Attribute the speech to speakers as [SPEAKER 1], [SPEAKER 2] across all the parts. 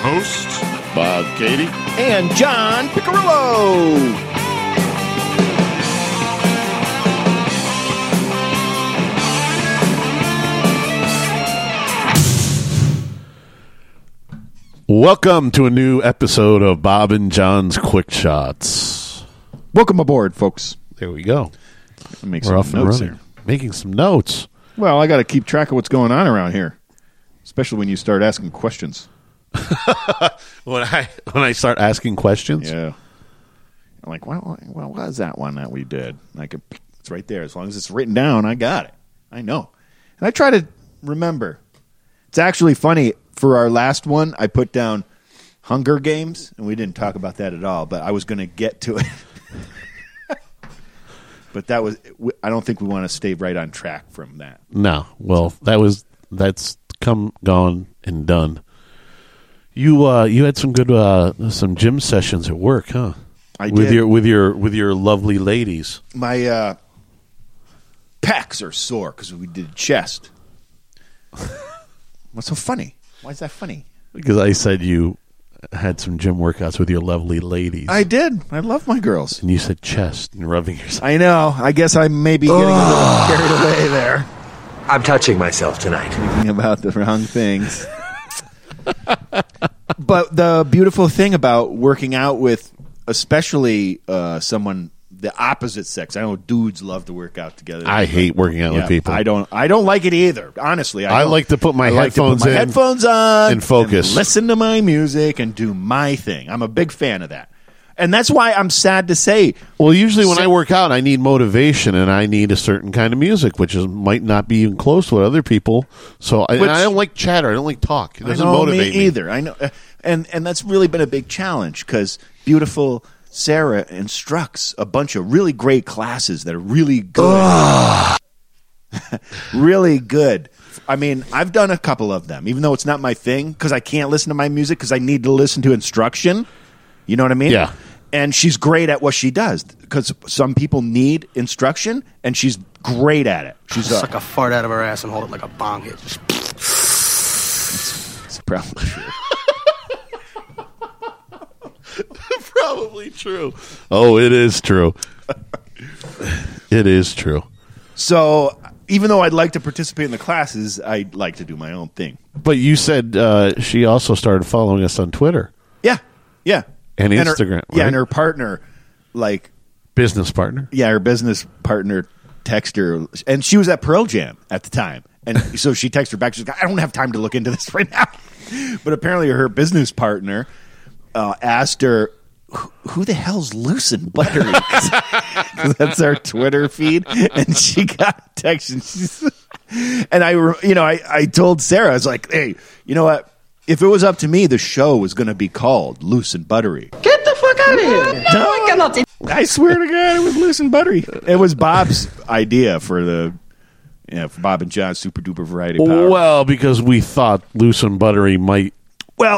[SPEAKER 1] hosts, Bob Katie.
[SPEAKER 2] and John Picarillo.
[SPEAKER 1] Welcome to a new episode of Bob and John's Quick Shots.
[SPEAKER 2] Welcome aboard, folks.
[SPEAKER 1] There we go.
[SPEAKER 2] Make
[SPEAKER 1] We're
[SPEAKER 2] some
[SPEAKER 1] off and
[SPEAKER 2] notes
[SPEAKER 1] running.
[SPEAKER 2] here.
[SPEAKER 1] Making some notes.
[SPEAKER 2] Well, I got to keep track of what's going on around here, especially when you start asking questions.
[SPEAKER 1] When I when I start asking questions,
[SPEAKER 2] Yeah. I'm like, well, well, what was that one that we did? And I could, it's right there. As long as it's written down, I got it. I know. And I try to remember. It's actually funny. For our last one, I put down Hunger Games, and we didn't talk about that at all, but I was going to get to it. but that was, I don't think we want to stay right on track from that.
[SPEAKER 1] no. Well, that was that's come gone and done. You uh you had some good uh some gym sessions at work, huh?
[SPEAKER 2] I
[SPEAKER 1] with
[SPEAKER 2] did.
[SPEAKER 1] your with your with your lovely ladies.
[SPEAKER 2] my uh, pecs are sore because we did chest. What's so funny? Why is that funny?
[SPEAKER 1] Because I said you had some gym workouts with your lovely ladies.
[SPEAKER 2] I did. I love my girls.
[SPEAKER 1] and you said chest and rubbing yourself.
[SPEAKER 2] I know. I guess I may be getting a little carried away there,
[SPEAKER 3] I'm touching myself tonight.
[SPEAKER 2] thinking about the wrong things. but the beautiful thing about working out with, especially uh, someone the opposite sex. I know dudes love to work out together.
[SPEAKER 1] I hate working out
[SPEAKER 2] Yeah,
[SPEAKER 1] with people.
[SPEAKER 2] I don't. I don't like it either. Honestly,
[SPEAKER 1] I
[SPEAKER 2] don't.
[SPEAKER 1] like to put my
[SPEAKER 2] I like to
[SPEAKER 1] headphones
[SPEAKER 2] put my
[SPEAKER 1] in
[SPEAKER 2] headphones on,
[SPEAKER 1] and focus.
[SPEAKER 2] listen to my music, and do my thing. I'm a big fan of that, and that's why I'm sad to say.
[SPEAKER 1] Well, usually when
[SPEAKER 2] Sa-
[SPEAKER 1] I work out, I need motivation and I need a certain kind of music, which is might not be even close to what other people. So I, and
[SPEAKER 2] Which-
[SPEAKER 1] I don't like chatter. I don't like talk. It
[SPEAKER 2] I
[SPEAKER 1] doesn't
[SPEAKER 2] know
[SPEAKER 1] motivate
[SPEAKER 2] me either. I know, uh, and and that's really been a big challenge because beautiful Sarah instructs a bunch of really great classes that are really good, really good. I mean, I've done a couple of them, even though it's not my thing because I can't listen to my music because I need to listen to instruction. You know what I mean?
[SPEAKER 1] Yeah.
[SPEAKER 2] And she's great at what she does because some people need instruction, and she's great at it. She's a,
[SPEAKER 3] Suck a fart out of her ass and hold it like a bong hit. Just
[SPEAKER 2] it's probably true.
[SPEAKER 1] Probably true. Oh, it is true. it is true.
[SPEAKER 2] So even though I'd like to participate in the classes, I'd like to do my own thing.
[SPEAKER 1] But you said uh, she also started following us on Twitter.
[SPEAKER 2] Yeah, yeah.
[SPEAKER 1] And
[SPEAKER 2] her-
[SPEAKER 1] Instagram,
[SPEAKER 2] yeah,
[SPEAKER 1] right?
[SPEAKER 2] and her partner, like
[SPEAKER 1] Business partner.
[SPEAKER 2] yeah, her business partner texted her, and she was at Pearl Jam at the time, and so she texted her back. She's like, "I don't have time to look into this right now," but apparently her business partner uh, asked her. "Who- Who the hell's Lucin Buttery? 'Cause That's our Twitter feed, and she got a text, and she's, and I, re- you know, I, I told Sarah, I was like, hey, you know what? If it was up to me, the show was going to be called Loose and Buttery.
[SPEAKER 4] Get the fuck out of here! No, I cannot.
[SPEAKER 2] I swear to God, it was loose and buttery. It was Bob's idea for the, you know, for Bob and John's Super Duper Variety Power. Well,
[SPEAKER 1] Well, because we thought loose and buttery might.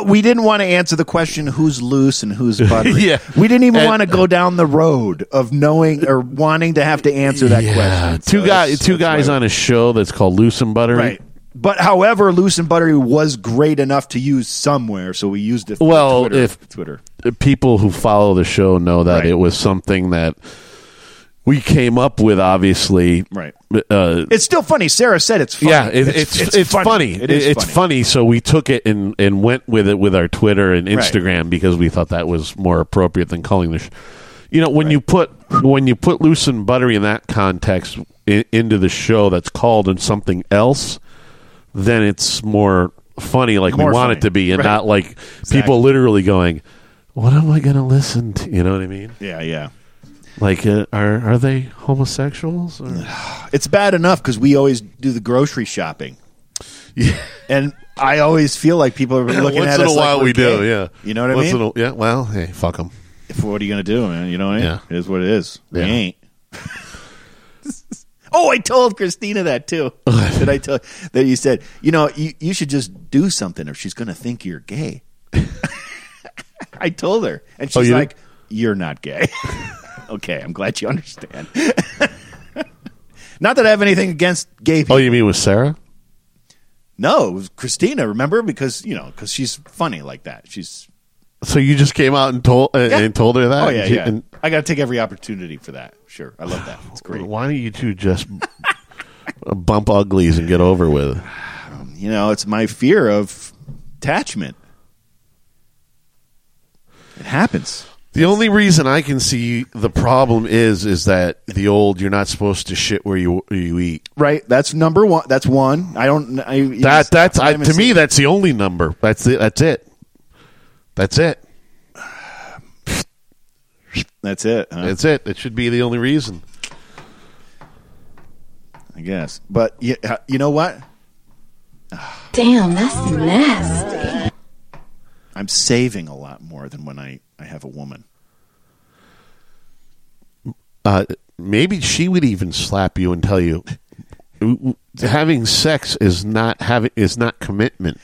[SPEAKER 2] we didn't want to answer the question who's loose and who's buttery.
[SPEAKER 1] Yeah.
[SPEAKER 2] we didn't even
[SPEAKER 1] And-
[SPEAKER 2] want to go down the road of knowing or wanting to have to answer that question.
[SPEAKER 1] Two guys,
[SPEAKER 2] So that's-
[SPEAKER 1] two
[SPEAKER 2] that's
[SPEAKER 1] guys
[SPEAKER 2] why-
[SPEAKER 1] on a show that's called Loose and Buttery.
[SPEAKER 2] right. But however, loose and buttery was great enough to use somewhere, so we used it. For
[SPEAKER 1] Well,
[SPEAKER 2] Twitter,
[SPEAKER 1] if-
[SPEAKER 2] Twitter,
[SPEAKER 1] people who follow the show know that
[SPEAKER 2] Right.
[SPEAKER 1] it was something that we came up with obviously
[SPEAKER 2] right?
[SPEAKER 1] uh,
[SPEAKER 2] It's still funny. Sarah said it's funny.
[SPEAKER 1] yeah it, it's, it's, funny,
[SPEAKER 2] It is
[SPEAKER 1] it's funny. so we took it and, and went with it with our twitter and instagram because we thought that was more appropriate than calling the sh- you know when you put when you put loose and buttery in that context i into the show that's called in something else then it's more funny like
[SPEAKER 2] More
[SPEAKER 1] we want
[SPEAKER 2] funny.
[SPEAKER 1] it to be and
[SPEAKER 2] Right.
[SPEAKER 1] not like people literally going what am i going to listen to you know what i mean
[SPEAKER 2] Yeah, yeah.
[SPEAKER 1] Like, uh, are are they homosexuals? Or?
[SPEAKER 2] It's bad enough because we always do the grocery shopping, and I always feel like people are looking
[SPEAKER 1] Once
[SPEAKER 2] at
[SPEAKER 1] in
[SPEAKER 2] us
[SPEAKER 1] a
[SPEAKER 2] like
[SPEAKER 1] while,
[SPEAKER 2] we're
[SPEAKER 1] we do.
[SPEAKER 2] gay.
[SPEAKER 1] Yeah,
[SPEAKER 2] you know what
[SPEAKER 1] Once
[SPEAKER 2] I mean.
[SPEAKER 1] in a- yeah. Well, hey, fuck them.
[SPEAKER 2] If- what are you gonna do, man? You know what I mean.
[SPEAKER 1] Yeah.
[SPEAKER 2] It is what it is.
[SPEAKER 1] Yeah.
[SPEAKER 2] We ain't. oh, I told Christina that too. Did I tell that you said you know you you should just do something or she's gonna think you're gay. I told her, and
[SPEAKER 1] Oh,
[SPEAKER 2] she's
[SPEAKER 1] you did?
[SPEAKER 2] like, "You're not gay." okay, I'm glad you understand. not that I have anything against gay people.
[SPEAKER 1] Oh, you mean with Sarah?
[SPEAKER 2] No, it was Christina. Remember because you know because she's funny like that. She's
[SPEAKER 1] So you just came out and told uh, and told her that.
[SPEAKER 2] oh yeah
[SPEAKER 1] And she-
[SPEAKER 2] yeah.
[SPEAKER 1] and-
[SPEAKER 2] I got to take every opportunity for that. Sure, I love that. It's great.
[SPEAKER 1] Why don't you two just bump uglies and get over with it?
[SPEAKER 2] You know, it's my fear of attachment. It happens.
[SPEAKER 1] The only reason I can see the problem is is that the old you're not supposed to shit where you you eat.
[SPEAKER 2] Right. That's number one. That's one. I don't. I,
[SPEAKER 1] That that's
[SPEAKER 2] I
[SPEAKER 1] I,
[SPEAKER 2] haven't
[SPEAKER 1] to me
[SPEAKER 2] seen-
[SPEAKER 1] that's the only number. That's it. That's it. That's it.
[SPEAKER 2] That's it. Huh?
[SPEAKER 1] That's it. That should be the only reason.
[SPEAKER 2] I guess. But you, you know what?
[SPEAKER 5] Damn, that's nasty.
[SPEAKER 2] I'm saving a lot more than when I, I have a woman.
[SPEAKER 1] Uh, maybe she would even slap you and tell you having sex is not having is not commitment.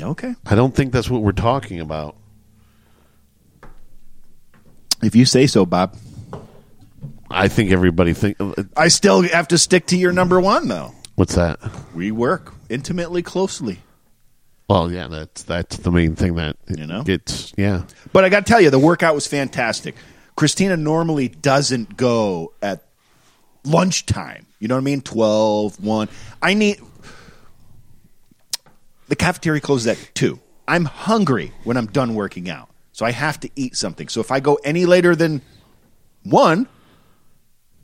[SPEAKER 2] Okay.
[SPEAKER 1] I don't think that's what we're talking about.
[SPEAKER 2] If you say so, Bob.
[SPEAKER 1] I think everybody think uh,
[SPEAKER 2] I still have to stick to your number one, though.
[SPEAKER 1] what's that?
[SPEAKER 2] We work intimately closely.
[SPEAKER 1] Well, yeah, that's that's the main thing that
[SPEAKER 2] You know?
[SPEAKER 1] gets yeah.
[SPEAKER 2] But I got to tell you, the workout was fantastic. Christina normally doesn't go at lunchtime. You know what I mean? 12, 1. I need. The cafeteria closes at 2. I'm hungry when I'm done working out. So I have to eat something. So if I go any later than 1,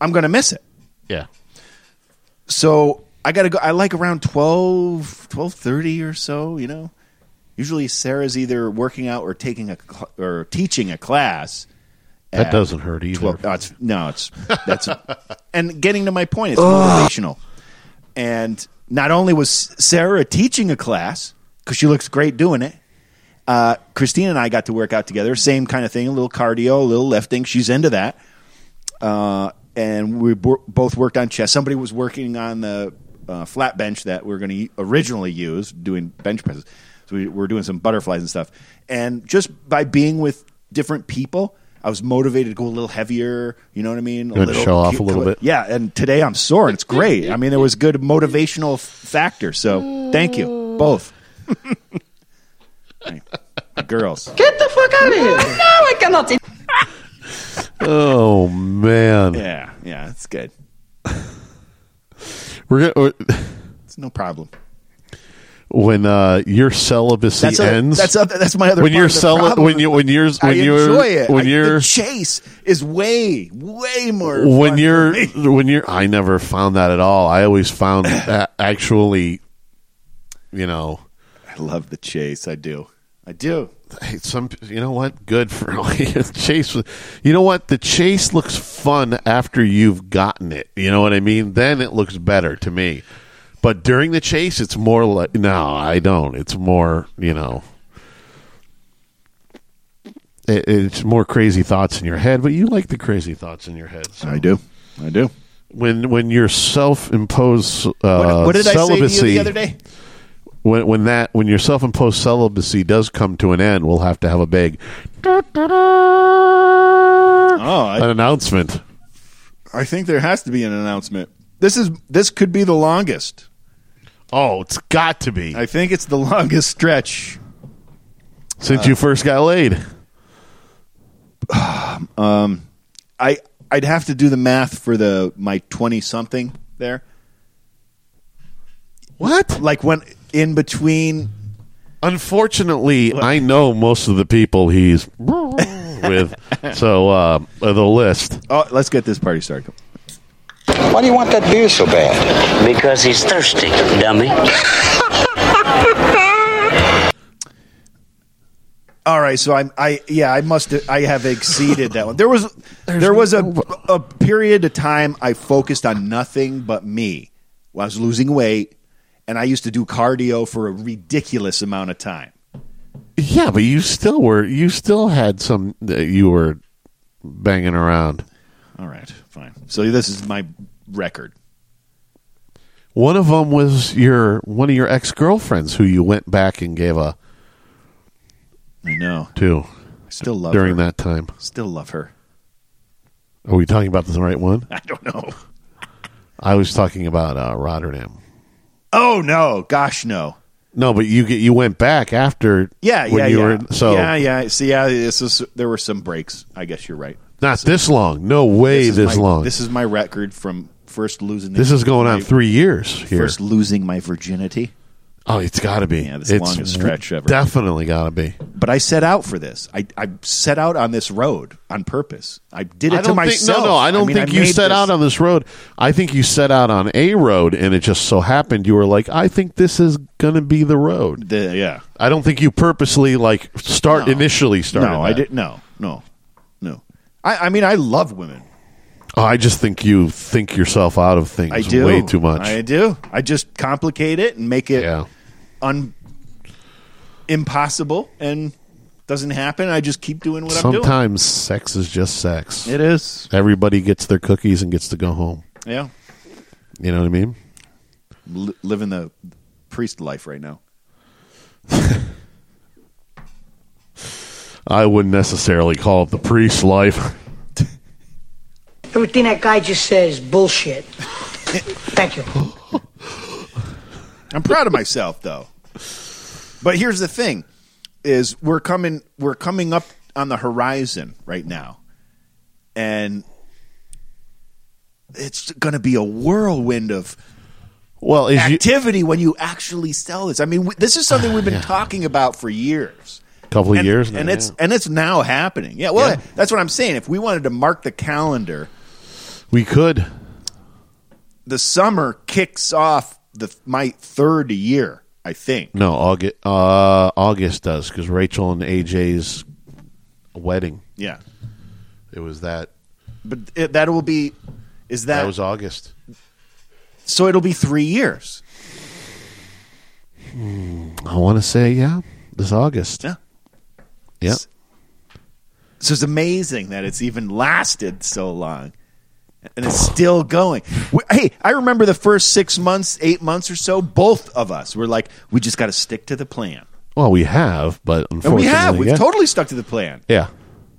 [SPEAKER 2] I'm going to miss it.
[SPEAKER 1] Yeah.
[SPEAKER 2] So I got to go. I like around 12, 12.30 or so, you know. Usually Sarah's either working out or taking a cl- or teaching a class.
[SPEAKER 1] That
[SPEAKER 2] at
[SPEAKER 1] doesn't hurt either.
[SPEAKER 2] 12 oh, it's, no, it's that's and getting to my point, it's motivational. And not only was Sarah teaching a class because she looks great doing it. Uh, Christine and I got to work out together. Same kind of thing, a little cardio, a little lifting. She's into that Uh, and we bo- both worked on chest. Somebody was working on the uh, flat bench that we are going to originally use doing bench presses. So we were doing some butterflies and stuff. And just by being with different people, I was motivated to go a little heavier. You know what I mean? A
[SPEAKER 1] Good, show off a little bit.
[SPEAKER 2] Yeah, and today I'm sore and it's great. I mean, there was good motivational f- factor. So thank you both. Right. Girls.
[SPEAKER 4] Get the fuck out of here. No, I cannot.
[SPEAKER 1] Oh man,
[SPEAKER 2] Yeah, yeah, it's good.
[SPEAKER 1] we're gonna,
[SPEAKER 2] It's no problem.
[SPEAKER 1] when uh, your celibacy
[SPEAKER 2] That's a-
[SPEAKER 1] ends.
[SPEAKER 2] that's a- that's my other
[SPEAKER 1] when
[SPEAKER 2] part
[SPEAKER 1] you're
[SPEAKER 2] of the
[SPEAKER 1] celi-
[SPEAKER 2] problem.
[SPEAKER 1] when you when you're when
[SPEAKER 2] I
[SPEAKER 1] you're
[SPEAKER 2] enjoy it.
[SPEAKER 1] when
[SPEAKER 2] I-
[SPEAKER 1] you're
[SPEAKER 2] the chase is way, way more.
[SPEAKER 1] when
[SPEAKER 2] fun
[SPEAKER 1] you're
[SPEAKER 2] for me.
[SPEAKER 1] when you're I never found that at all. I always found that actually, you know,
[SPEAKER 2] I love the chase. I do. I do.
[SPEAKER 1] hey, some you know what good for chase. was- You know what the chase looks fun after you've gotten it. You know what I mean? Then it looks better to me. But during the chase, it's more like no, I don't. It's more you know. it- It's more crazy thoughts in your head, but you like the crazy thoughts in your head. So.
[SPEAKER 2] I do. I do.
[SPEAKER 1] when when your self-imposed uh,
[SPEAKER 2] what, what did
[SPEAKER 1] celibacy
[SPEAKER 2] I say to you the other day?
[SPEAKER 1] when when that when your self-imposed celibacy does come to an end, we'll have to have a big
[SPEAKER 2] Oh,
[SPEAKER 1] an
[SPEAKER 2] I,
[SPEAKER 1] announcement.
[SPEAKER 2] I think there has to be an announcement. This is this could be the longest.
[SPEAKER 1] Oh, it's got to be
[SPEAKER 2] I think it's the longest stretch.
[SPEAKER 1] since
[SPEAKER 2] uh,
[SPEAKER 1] you first got laid.
[SPEAKER 2] I I'd have to do the math for the my twenty something there.
[SPEAKER 1] What?
[SPEAKER 2] Like when in between
[SPEAKER 1] Unfortunately, I know most of the people he's with, so uh, the list.
[SPEAKER 2] Oh, let's get this party started.
[SPEAKER 6] Why do you want that beer so bad?
[SPEAKER 7] Because he's thirsty, dummy.
[SPEAKER 2] All right, so I'm I yeah I must I have exceeded that one. There was there was a a period of time I focused on nothing but me. Well, I was losing weight, and I used to do cardio for a ridiculous amount of time.
[SPEAKER 1] Yeah, but you still were you still had some that you were banging around.
[SPEAKER 2] All right, fine. So this is my record.
[SPEAKER 1] One of them was your one of your ex girlfriends who you went back and gave a
[SPEAKER 2] I know.
[SPEAKER 1] to
[SPEAKER 2] I still love
[SPEAKER 1] during
[SPEAKER 2] her.
[SPEAKER 1] that time.
[SPEAKER 2] Still love her.
[SPEAKER 1] Are we talking about the right one?
[SPEAKER 2] I don't know.
[SPEAKER 1] I was talking about uh, Rotterdam.
[SPEAKER 2] Oh no, gosh no.
[SPEAKER 1] No, but you get you went back after.
[SPEAKER 2] Yeah,
[SPEAKER 1] when
[SPEAKER 2] yeah,
[SPEAKER 1] you
[SPEAKER 2] yeah.
[SPEAKER 1] Were, so
[SPEAKER 2] yeah, yeah. See, yeah, this is there were some breaks. I guess you're right.
[SPEAKER 1] not this long. No way this,
[SPEAKER 2] is my,
[SPEAKER 1] long.
[SPEAKER 2] This is my record from first losing.
[SPEAKER 1] This is going on
[SPEAKER 2] my-
[SPEAKER 1] three years here.
[SPEAKER 2] First losing my virginity,
[SPEAKER 1] oh, it's got to be.
[SPEAKER 2] Yeah, this
[SPEAKER 1] it's
[SPEAKER 2] longest stretch ever.
[SPEAKER 1] Definitely got to be.
[SPEAKER 2] but I set out for this. I, I set out on this road on purpose. I did it
[SPEAKER 1] I
[SPEAKER 2] to
[SPEAKER 1] don't think,
[SPEAKER 2] myself.
[SPEAKER 1] no, no, I don't
[SPEAKER 2] mean,
[SPEAKER 1] think you
[SPEAKER 2] made
[SPEAKER 1] set
[SPEAKER 2] this-
[SPEAKER 1] out on this road. I think you set out on a road, and it just so happened you were like, I think this is going to be the road.
[SPEAKER 2] the yeah.
[SPEAKER 1] I don't think you purposely like start initially started.
[SPEAKER 2] No, I
[SPEAKER 1] that.
[SPEAKER 2] didn't. No, no, no. I, I mean, I love women.
[SPEAKER 1] Oh, I just think you think yourself out of things
[SPEAKER 2] I do
[SPEAKER 1] way too much.
[SPEAKER 2] I do. I just complicate it and make it
[SPEAKER 1] yeah.
[SPEAKER 2] un impossible and doesn't happen. I just keep doing what I'm
[SPEAKER 1] Sometimes sex is just sex.
[SPEAKER 2] doing. It is.
[SPEAKER 1] Everybody gets their cookies and gets to go home.
[SPEAKER 2] Yeah.
[SPEAKER 1] You know what I mean?
[SPEAKER 2] L- living the priest life right now.
[SPEAKER 1] I wouldn't necessarily call it the priest's life.
[SPEAKER 8] Everything that guy just said is bullshit. Thank you.
[SPEAKER 2] I'm proud of myself though. But here's the thing is we're coming we're coming up on the horizon right now. And it's going to be a whirlwind of
[SPEAKER 1] Well, is you
[SPEAKER 2] activity when you actually sell this. I mean, w- this is something we've been talking about for years.
[SPEAKER 1] couple of
[SPEAKER 2] and,
[SPEAKER 1] years now,
[SPEAKER 2] and it's
[SPEAKER 1] yeah.
[SPEAKER 2] and it's now happening. Yeah, well, that's what I'm saying. If we wanted to mark the calendar,
[SPEAKER 1] we could.
[SPEAKER 2] the summer kicks off the my third year. I think
[SPEAKER 1] No, August uh, August does because Rachel and AJ's wedding.
[SPEAKER 2] Yeah,
[SPEAKER 1] It was that.
[SPEAKER 2] but it, that will be is that,
[SPEAKER 1] That was August.
[SPEAKER 2] so? It'll be three years.
[SPEAKER 1] I want to say yeah, this August.
[SPEAKER 2] Yeah.
[SPEAKER 1] Yeah.
[SPEAKER 2] So it's amazing that it's even lasted so long, and it's still going. We, hey, I remember the first six months, eight months or so. Both of us were like, we just got to stick to the plan,
[SPEAKER 1] Well, we have, but
[SPEAKER 2] and
[SPEAKER 1] unfortunately,
[SPEAKER 2] we have. We've
[SPEAKER 1] yeah.
[SPEAKER 2] totally stuck to the plan.
[SPEAKER 1] Yeah.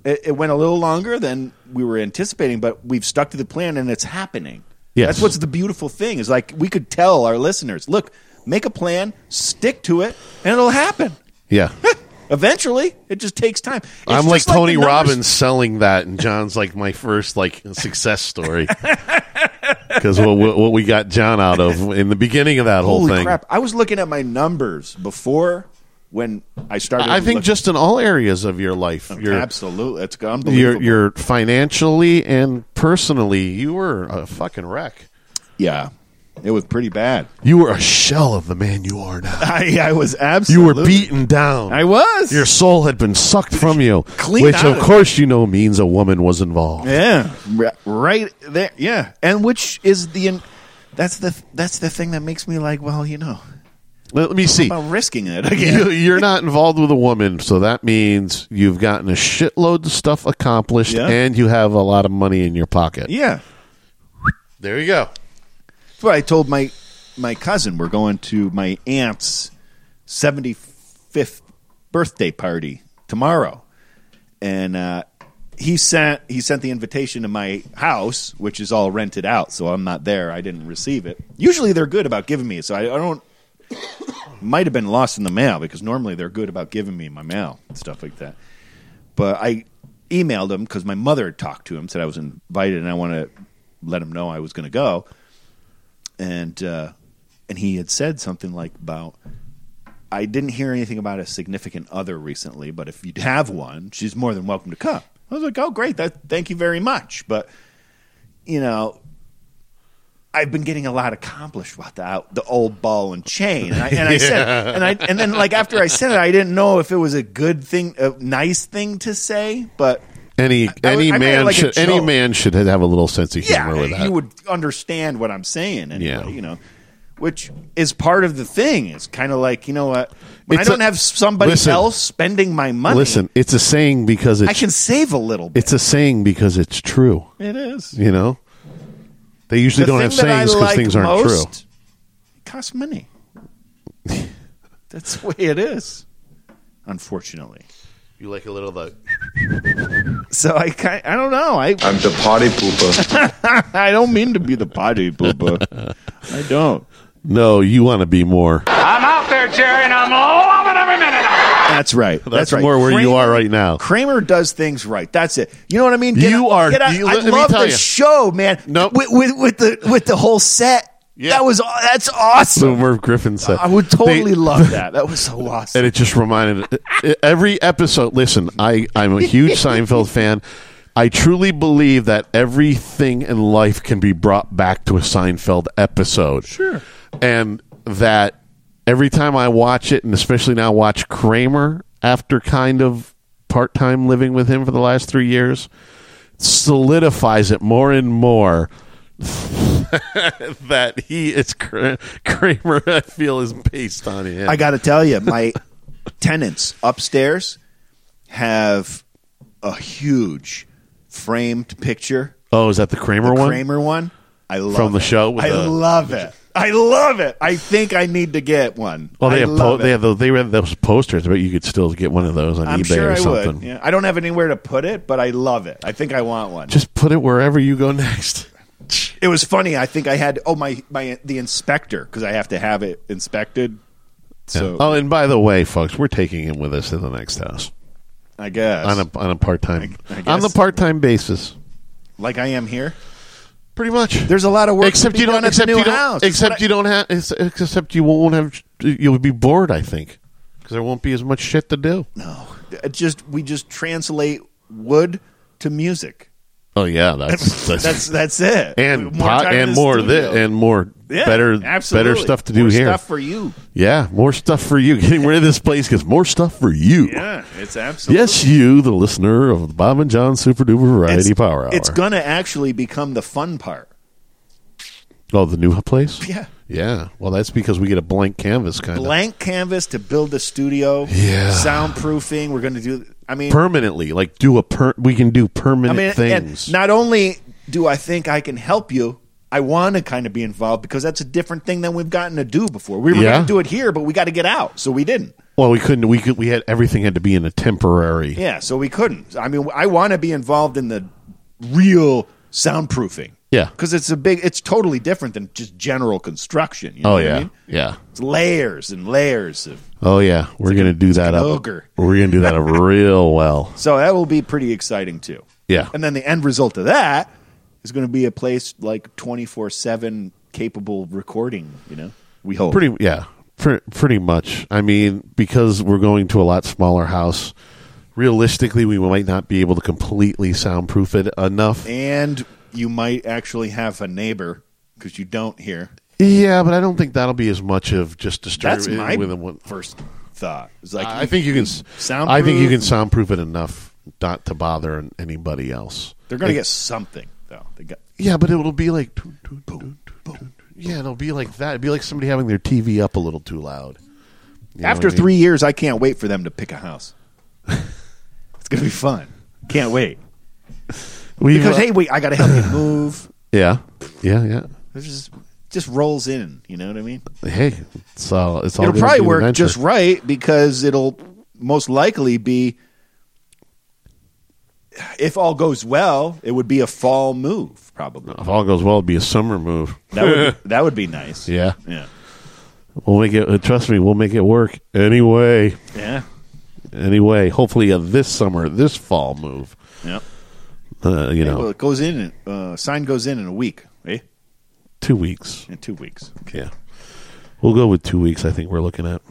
[SPEAKER 2] it, it went a little longer than we were anticipating, but we've stuck to the plan and it's happening.
[SPEAKER 1] Yes.
[SPEAKER 2] That's what's the beautiful thing is like we could tell our listeners, look, make a plan, stick to it, and it'll happen.
[SPEAKER 1] Yeah.
[SPEAKER 2] Eventually, it just takes time. It's
[SPEAKER 1] I'm like
[SPEAKER 2] just
[SPEAKER 1] Tony
[SPEAKER 2] the numbers-
[SPEAKER 1] Robbins selling that, and John's like my first like success story. Because what, what what we got John out of in the beginning of that whole
[SPEAKER 2] Holy
[SPEAKER 1] thing.
[SPEAKER 2] crap! I was looking at my numbers before when I started.
[SPEAKER 1] I I think
[SPEAKER 2] looking-
[SPEAKER 1] just in all areas of your life, your
[SPEAKER 2] Oh, absolutely, it's
[SPEAKER 1] your
[SPEAKER 2] unbelievable.
[SPEAKER 1] your financially and personally, you were a fucking wreck.
[SPEAKER 2] yeah, it was pretty bad.
[SPEAKER 1] You were a shell of the man you are now.
[SPEAKER 2] I, I was
[SPEAKER 1] You
[SPEAKER 2] absolutely.
[SPEAKER 1] were beaten down.
[SPEAKER 2] I was.
[SPEAKER 1] Your soul had been sucked from you,
[SPEAKER 2] Clean
[SPEAKER 1] which
[SPEAKER 2] out
[SPEAKER 1] of
[SPEAKER 2] of it.
[SPEAKER 1] course you know means a woman was involved.
[SPEAKER 2] Yeah, r- right there. Yeah, and which is the in- that's the that's the thing that makes me like, well, you know,
[SPEAKER 1] Let, let me see.
[SPEAKER 2] about risking it again.
[SPEAKER 1] You, you're not involved with a woman, so that means you've gotten a shitload of stuff accomplished,
[SPEAKER 2] Yeah.
[SPEAKER 1] and you have a lot of money in your pocket.
[SPEAKER 2] yeah,
[SPEAKER 1] There you go.
[SPEAKER 2] that's what I told my my cousin. We're going to my aunt's seventy fifth birthday party tomorrow, and uh, he sent he sent the invitation to my house, which is all rented out, so I'm not there. I didn't receive it. Usually they're good about giving me, it, so I, I don't. Might have been lost in the mail because normally they're good about giving me my mail and stuff like that. But I emailed him because my mother had talked to him, said I was invited, and I want to let him know I was going to go. And uh, and he had said something like about I didn't hear anything about a significant other recently, but if you have one, she's more than welcome to come. I was like, oh, great. That, thank you very much. But, you know, I've been getting a lot accomplished with the, the old ball and chain. And I, and I said, and I, and then like after I said it, I didn't know if it was a good thing, a nice thing to say, but
[SPEAKER 1] Any
[SPEAKER 2] I
[SPEAKER 1] any
[SPEAKER 2] mean,
[SPEAKER 1] man
[SPEAKER 2] like a
[SPEAKER 1] should any
[SPEAKER 2] joke.
[SPEAKER 1] man should have a little sense of humor with
[SPEAKER 2] yeah,
[SPEAKER 1] that.
[SPEAKER 2] you would understand what I'm saying. Anyway,
[SPEAKER 1] Yeah.
[SPEAKER 2] you know, which is part of the thing. It's kind of like you know what when
[SPEAKER 1] It's
[SPEAKER 2] I don't
[SPEAKER 1] a-
[SPEAKER 2] have somebody
[SPEAKER 1] listen.
[SPEAKER 2] else spending my money.
[SPEAKER 1] Listen, it's a saying because
[SPEAKER 2] I
[SPEAKER 1] it's
[SPEAKER 2] can save a little bit.
[SPEAKER 1] it's a saying because it's true.
[SPEAKER 2] It is.
[SPEAKER 1] You know, they usually don't have sayings because things aren't true.
[SPEAKER 2] It costs money. That's the way it is. Unfortunately.
[SPEAKER 1] You like a little the
[SPEAKER 2] So I kind, I don't know. I
[SPEAKER 9] I'm the party pooper.
[SPEAKER 2] I don't mean to be the potty pooper. I don't.
[SPEAKER 1] No, you want to be more.
[SPEAKER 9] I'm out there, Jerry, and I'm loving every minute. of it.
[SPEAKER 2] That's right. That's,
[SPEAKER 1] That's
[SPEAKER 2] right.
[SPEAKER 1] more where you are right now.
[SPEAKER 2] Kramer does things right. That's it. You know what I mean?
[SPEAKER 1] You are-
[SPEAKER 2] Get out.
[SPEAKER 1] you-
[SPEAKER 2] I
[SPEAKER 1] let me
[SPEAKER 2] love
[SPEAKER 1] tell
[SPEAKER 2] the
[SPEAKER 1] you.
[SPEAKER 2] show, man.
[SPEAKER 1] Nope.
[SPEAKER 2] With, with with the with the whole set.
[SPEAKER 1] Yeah.
[SPEAKER 2] That was aw- that's
[SPEAKER 1] So
[SPEAKER 2] awesome.
[SPEAKER 1] Merv Griffin said,
[SPEAKER 2] I would totally
[SPEAKER 1] They-
[SPEAKER 2] love that. That was so
[SPEAKER 1] and
[SPEAKER 2] awesome.
[SPEAKER 1] it just reminded e, every episode. Listen, I I'm a huge Seinfeld fan. I truly believe that everything in life can be brought back to a Seinfeld episode. Sure, and that every time I watch it, and especially now watch Kramer after kind of part time living with him for the last three years, solidifies it more and more. that he is Kra- Kramer, I feel is based on him.
[SPEAKER 2] I got to tell you, my tenants upstairs have a huge framed picture
[SPEAKER 1] Oh, is that the Kramer
[SPEAKER 2] the
[SPEAKER 1] one?
[SPEAKER 2] Kramer one. I love
[SPEAKER 1] From the
[SPEAKER 2] it.
[SPEAKER 1] show with
[SPEAKER 2] I
[SPEAKER 1] the-
[SPEAKER 2] love it. I love it. I think I need to get one.
[SPEAKER 1] Well,
[SPEAKER 2] I
[SPEAKER 1] Oh, they have po-
[SPEAKER 2] love it.
[SPEAKER 1] they have those, they have those posters, but you could still get one of those on
[SPEAKER 2] I'm
[SPEAKER 1] eBay
[SPEAKER 2] sure
[SPEAKER 1] or
[SPEAKER 2] I
[SPEAKER 1] something.
[SPEAKER 2] would. Yeah. I don't have anywhere to put it, but I love it. I think I want one.
[SPEAKER 1] Just put it wherever you go next.
[SPEAKER 2] It was funny. I think I had oh my my the inspector because I have to have it inspected. So
[SPEAKER 1] oh, and by the way, folks, we're taking him with us to the next house
[SPEAKER 2] I guess
[SPEAKER 1] on a on a part time
[SPEAKER 2] I- I
[SPEAKER 1] on the
[SPEAKER 2] guess.
[SPEAKER 1] part time basis,
[SPEAKER 2] like I am here.
[SPEAKER 1] pretty much.
[SPEAKER 2] There's a lot of work.
[SPEAKER 1] except
[SPEAKER 2] to be
[SPEAKER 1] you don't
[SPEAKER 2] done at the
[SPEAKER 1] except
[SPEAKER 2] new
[SPEAKER 1] you don't
[SPEAKER 2] house. That's
[SPEAKER 1] except
[SPEAKER 2] what
[SPEAKER 1] you don't have ex- except you won't have you'll be bored. I think because there won't be as much shit to do.
[SPEAKER 2] I, it just we just translate wood to music.
[SPEAKER 1] Oh yeah, that's that's,
[SPEAKER 2] That's that's it.
[SPEAKER 1] and
[SPEAKER 2] More
[SPEAKER 1] pot,
[SPEAKER 2] time in
[SPEAKER 1] and
[SPEAKER 2] the
[SPEAKER 1] more of
[SPEAKER 2] studio.
[SPEAKER 1] thi- and more
[SPEAKER 2] Yeah,
[SPEAKER 1] better
[SPEAKER 2] absolutely.
[SPEAKER 1] better stuff to do
[SPEAKER 2] More
[SPEAKER 1] here.
[SPEAKER 2] Stuff for you.
[SPEAKER 1] Yeah, more stuff for you. Getting rid of this place because more stuff for you.
[SPEAKER 2] Yeah, it's absolutely
[SPEAKER 1] Yes, you, the listener of the Bob and John Super Duper Variety
[SPEAKER 2] it's,
[SPEAKER 1] Power Hour.
[SPEAKER 2] It's gonna actually become the fun part.
[SPEAKER 1] oh, the new place.
[SPEAKER 2] Yeah.
[SPEAKER 1] yeah. Well, that's because we get a blank canvas kind of
[SPEAKER 2] blank canvas to build the studio.
[SPEAKER 1] Yeah.
[SPEAKER 2] Soundproofing. We're going to do. I mean,
[SPEAKER 1] permanently. Like do a per. We can do
[SPEAKER 2] I
[SPEAKER 1] permanent
[SPEAKER 2] mean,
[SPEAKER 1] things.
[SPEAKER 2] and not only do I think I can help you, I want to kind of be involved because that's a different thing than we've gotten to do before. We were
[SPEAKER 1] Yeah.
[SPEAKER 2] going to do it here, but we got to get out, so we didn't.
[SPEAKER 1] well, we couldn't. We could. We had everything had to be in a temporary. Yeah,
[SPEAKER 2] Yeah, so we couldn't. I mean, I want to be involved in the real soundproofing.
[SPEAKER 1] Yeah.
[SPEAKER 2] because it's a big. It's totally different than just general construction. You know
[SPEAKER 1] Oh
[SPEAKER 2] what I
[SPEAKER 1] yeah,
[SPEAKER 2] mean?
[SPEAKER 1] yeah.
[SPEAKER 2] it's layers and layers of
[SPEAKER 1] Oh yeah. We're gonna do that
[SPEAKER 2] an
[SPEAKER 1] up.
[SPEAKER 2] ogre.
[SPEAKER 1] We're gonna do that up real well.
[SPEAKER 2] So that will be pretty exciting too.
[SPEAKER 1] Yeah.
[SPEAKER 2] And then the end result of that is going to be a place like 24/7 capable recording, you know. We hope.
[SPEAKER 1] pretty yeah pr- pretty much i mean because we're going to a lot smaller house realistically we might not be able to completely soundproof it enough
[SPEAKER 2] and you might actually have a neighbor cuz you don't hear.
[SPEAKER 1] yeah but i don't think that'll be as much of just
[SPEAKER 2] That's
[SPEAKER 1] disturbing
[SPEAKER 2] my
[SPEAKER 1] with a one
[SPEAKER 2] first thought. It's like
[SPEAKER 1] i think you can s-
[SPEAKER 2] Soundproof.
[SPEAKER 1] i think you can soundproof it enough not to bother an- anybody else
[SPEAKER 2] they're going to
[SPEAKER 1] It-
[SPEAKER 2] get something though. They got
[SPEAKER 1] yeah but it'll be like doo- doo- doo- doo- doo- doo- yeah it'll be like that it'd be like somebody having their tv up a little too loud You know
[SPEAKER 2] After
[SPEAKER 1] what I mean?
[SPEAKER 2] 3 years I can't wait for them to pick a house. it's going to be fun. Can't wait.
[SPEAKER 1] We've,
[SPEAKER 2] Because
[SPEAKER 1] uh,
[SPEAKER 2] hey, wait, I got to help you move.
[SPEAKER 1] yeah yeah yeah
[SPEAKER 2] It just just rolls in, you know what I mean?
[SPEAKER 1] hey, it's all it's all.
[SPEAKER 2] It'll
[SPEAKER 1] gonna
[SPEAKER 2] probably
[SPEAKER 1] be an
[SPEAKER 2] work
[SPEAKER 1] adventure.
[SPEAKER 2] just right because it'll most likely be, if all goes well, it would be a fall move probably.
[SPEAKER 1] If all goes well, it'd be a summer move.
[SPEAKER 2] That would be, that would be nice.
[SPEAKER 1] Yeah,
[SPEAKER 2] yeah,
[SPEAKER 1] we'll make it. uh, Trust me, we'll make it work anyway.
[SPEAKER 2] yeah,
[SPEAKER 1] Anyway, hopefully, uh, this summer, this fall move.
[SPEAKER 2] yeah.
[SPEAKER 1] Uh, you know,
[SPEAKER 2] Well, it goes in. Uh, sign goes in in a week. Eh?
[SPEAKER 1] two weeks.
[SPEAKER 2] In two weeks.
[SPEAKER 1] Yeah, we'll go with two weeks. I think we're looking at.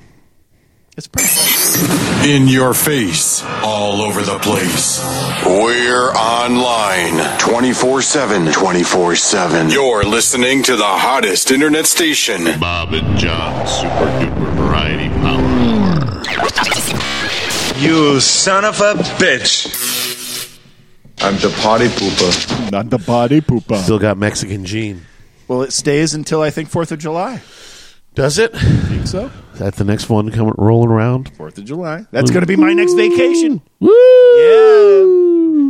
[SPEAKER 2] It's perfect.
[SPEAKER 10] In your face, all over the place. We're online 24 7. 24 7. You're listening to the hottest internet station.
[SPEAKER 1] Bob and John, super duper variety power.
[SPEAKER 10] You son of a bitch.
[SPEAKER 6] I'm the party pooper.
[SPEAKER 2] Not the body poopa.
[SPEAKER 1] Still got Mexican Gene.
[SPEAKER 2] well, it stays until I think Fourth of July.
[SPEAKER 1] Does it?
[SPEAKER 2] Think so?
[SPEAKER 1] Is that the next one coming rolling around?
[SPEAKER 2] Fourth of July.
[SPEAKER 1] Mm.
[SPEAKER 2] That's going to be my next vacation.
[SPEAKER 1] Woo!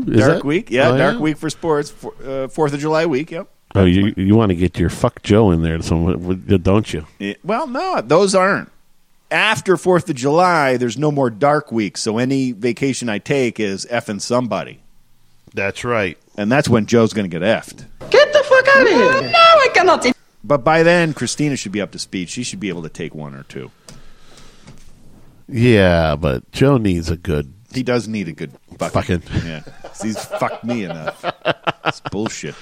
[SPEAKER 2] Yeah.
[SPEAKER 1] Is
[SPEAKER 2] dark
[SPEAKER 1] that-
[SPEAKER 2] week. Yeah,
[SPEAKER 1] Oh,
[SPEAKER 2] dark week for sports. For, uh, Fourth of July week. Yep.
[SPEAKER 1] Oh, you you want to get your fuck Joe in there? So don't you?
[SPEAKER 2] Yeah, well, no, those aren't. After Fourth of July, there's no more dark weeks, so any vacation I take is effing somebody,
[SPEAKER 1] That's right.
[SPEAKER 2] and that's when Joe's going to get effed.
[SPEAKER 4] Get the fuck out of here. No, I cannot.
[SPEAKER 2] But by then, Christina should be up to speed. She should be able to take one or two.
[SPEAKER 1] Yeah, but Joe needs a good
[SPEAKER 2] He does need a good bucket.
[SPEAKER 1] fucking.
[SPEAKER 2] Yeah, 'Cause he's fucked me enough. It's bullshit.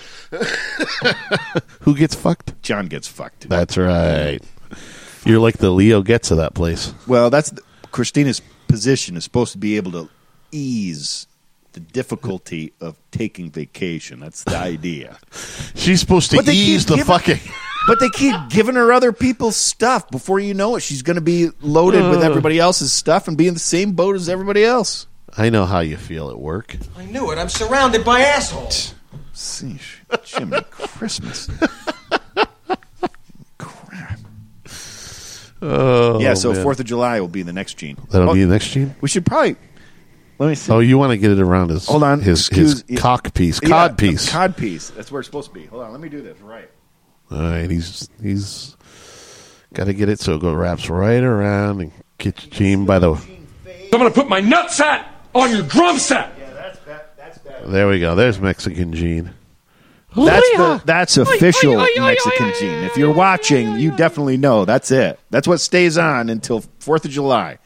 [SPEAKER 1] Who gets fucked?
[SPEAKER 2] John gets fucked.
[SPEAKER 1] That's right. You're like the Leo gets of that place.
[SPEAKER 2] Well, that's the, Christina's position is supposed to be able to ease the difficulty of taking vacation. That's the idea.
[SPEAKER 1] She's supposed to
[SPEAKER 2] But they keep
[SPEAKER 1] ease the
[SPEAKER 2] giving-
[SPEAKER 1] fucking.
[SPEAKER 2] But they keep giving her other people's stuff. Before you know it, she's going to be loaded with everybody else's stuff and be in the same boat as everybody else.
[SPEAKER 1] I know how you feel at work.
[SPEAKER 3] I knew it. I'm surrounded by assholes.
[SPEAKER 2] See, Jimmy, Christmas. Crap.
[SPEAKER 1] Oh,
[SPEAKER 2] yeah, so
[SPEAKER 1] man.
[SPEAKER 2] Fourth of July will be the next gene.
[SPEAKER 1] That'll
[SPEAKER 2] Oh,
[SPEAKER 1] be next gene.
[SPEAKER 2] We should probably let me see.
[SPEAKER 1] Oh, you want to get it around his
[SPEAKER 2] Hold on,
[SPEAKER 1] his,
[SPEAKER 2] excuse-
[SPEAKER 1] his cock piece,
[SPEAKER 2] Yeah,
[SPEAKER 1] cod piece.
[SPEAKER 2] Cod piece. That's where it's supposed to be. Hold on, let me do this right.
[SPEAKER 1] All right, he's he's got to get it so it go wraps right around and gets Gene by the.
[SPEAKER 9] I'm gonna put my nutsack on your drum set.
[SPEAKER 2] Yeah, that's that. That's that.
[SPEAKER 1] There we go. There's Mexican Gene.
[SPEAKER 2] That's the that's official Mexican gene. If you're watching, you definitely know that's it. That's what stays on until Fourth of July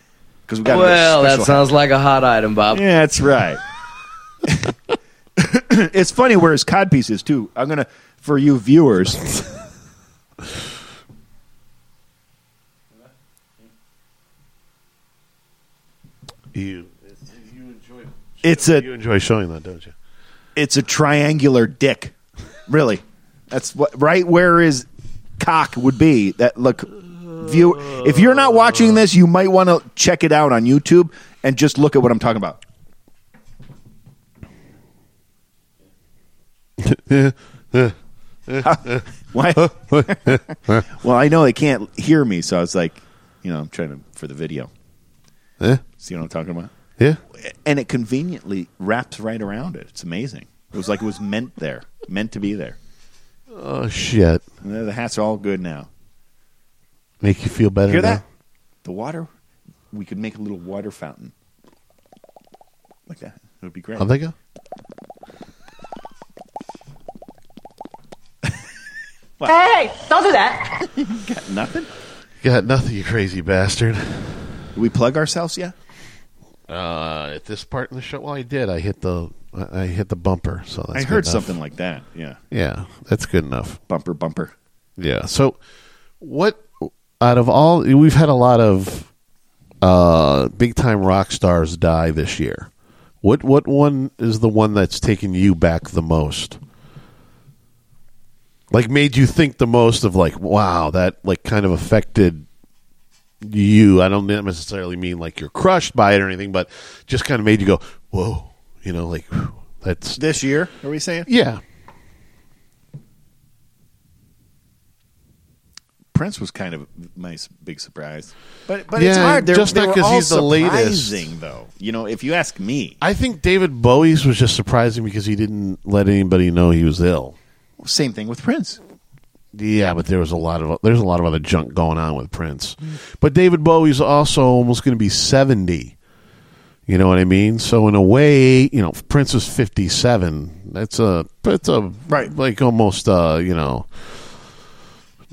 [SPEAKER 2] because we got. a
[SPEAKER 11] Well, that
[SPEAKER 2] special-
[SPEAKER 11] sounds like a hot item, Bob.
[SPEAKER 2] Yeah, that's right. it's funny where his cod piece is too. I'm gonna for you viewers.
[SPEAKER 1] You
[SPEAKER 2] It's
[SPEAKER 1] you
[SPEAKER 2] a
[SPEAKER 1] enjoy showing that, don't you?
[SPEAKER 2] it's a triangular dick. Really, that's what right where his cock would be. That look, view. If you're not watching this, you might want to check it out on YouTube and just look at what I'm talking about. Why? well, I know they can't hear me, so I was like, you know, I'm trying to for the video.
[SPEAKER 1] Yeah,
[SPEAKER 2] See what I'm talking about?
[SPEAKER 1] yeah.
[SPEAKER 2] and it conveniently wraps right around it. It's amazing. It was like it was meant there, meant to be there.
[SPEAKER 1] Oh shit!
[SPEAKER 2] And the hats are all good now.
[SPEAKER 1] Make you feel better.
[SPEAKER 2] Hear
[SPEAKER 1] now?
[SPEAKER 2] that? The water. We could make a little water fountain like that. It would be great.
[SPEAKER 1] How'd they go?
[SPEAKER 4] Hey, don't do that.
[SPEAKER 2] Nothing.
[SPEAKER 1] Got nothing, you crazy bastard.
[SPEAKER 2] Did we plug ourselves yet?
[SPEAKER 1] Uh, at this part in the show, well, I did. I hit the I I hit the bumper, so that's
[SPEAKER 2] I
[SPEAKER 1] good
[SPEAKER 2] heard
[SPEAKER 1] enough.
[SPEAKER 2] something like that. Yeah,
[SPEAKER 1] Yeah, that's good enough.
[SPEAKER 2] bumper, bumper.
[SPEAKER 1] Yeah. So, what out of all we've had a lot of uh, big time rock stars die this year. What what one is the one that's taken you back the most? Like made you think the most of like wow that like kind of affected you. I don't necessarily mean like you're crushed by it or anything, but just kind of made you go whoa. You know, like whew, that's
[SPEAKER 2] This year, are we saying
[SPEAKER 1] yeah.
[SPEAKER 2] Prince was kind of my s- big surprise? But but it's
[SPEAKER 1] Yeah,
[SPEAKER 2] hard. They're,
[SPEAKER 1] just
[SPEAKER 2] they
[SPEAKER 1] not
[SPEAKER 2] were
[SPEAKER 1] 'cause
[SPEAKER 2] all
[SPEAKER 1] he's the latest.
[SPEAKER 2] surprising, though. You know, if you ask me,
[SPEAKER 1] I think David Bowie's was just surprising because he didn't let anybody know he was ill.
[SPEAKER 2] same thing with Prince.
[SPEAKER 1] Yeah, but there was a lot of there's a lot of other junk going on with Prince. But David Bowie's also almost going to be 70. You know what I mean? So in a way, you know, Prince was 57. That's a that's a
[SPEAKER 2] Right.
[SPEAKER 1] like almost uh, you know,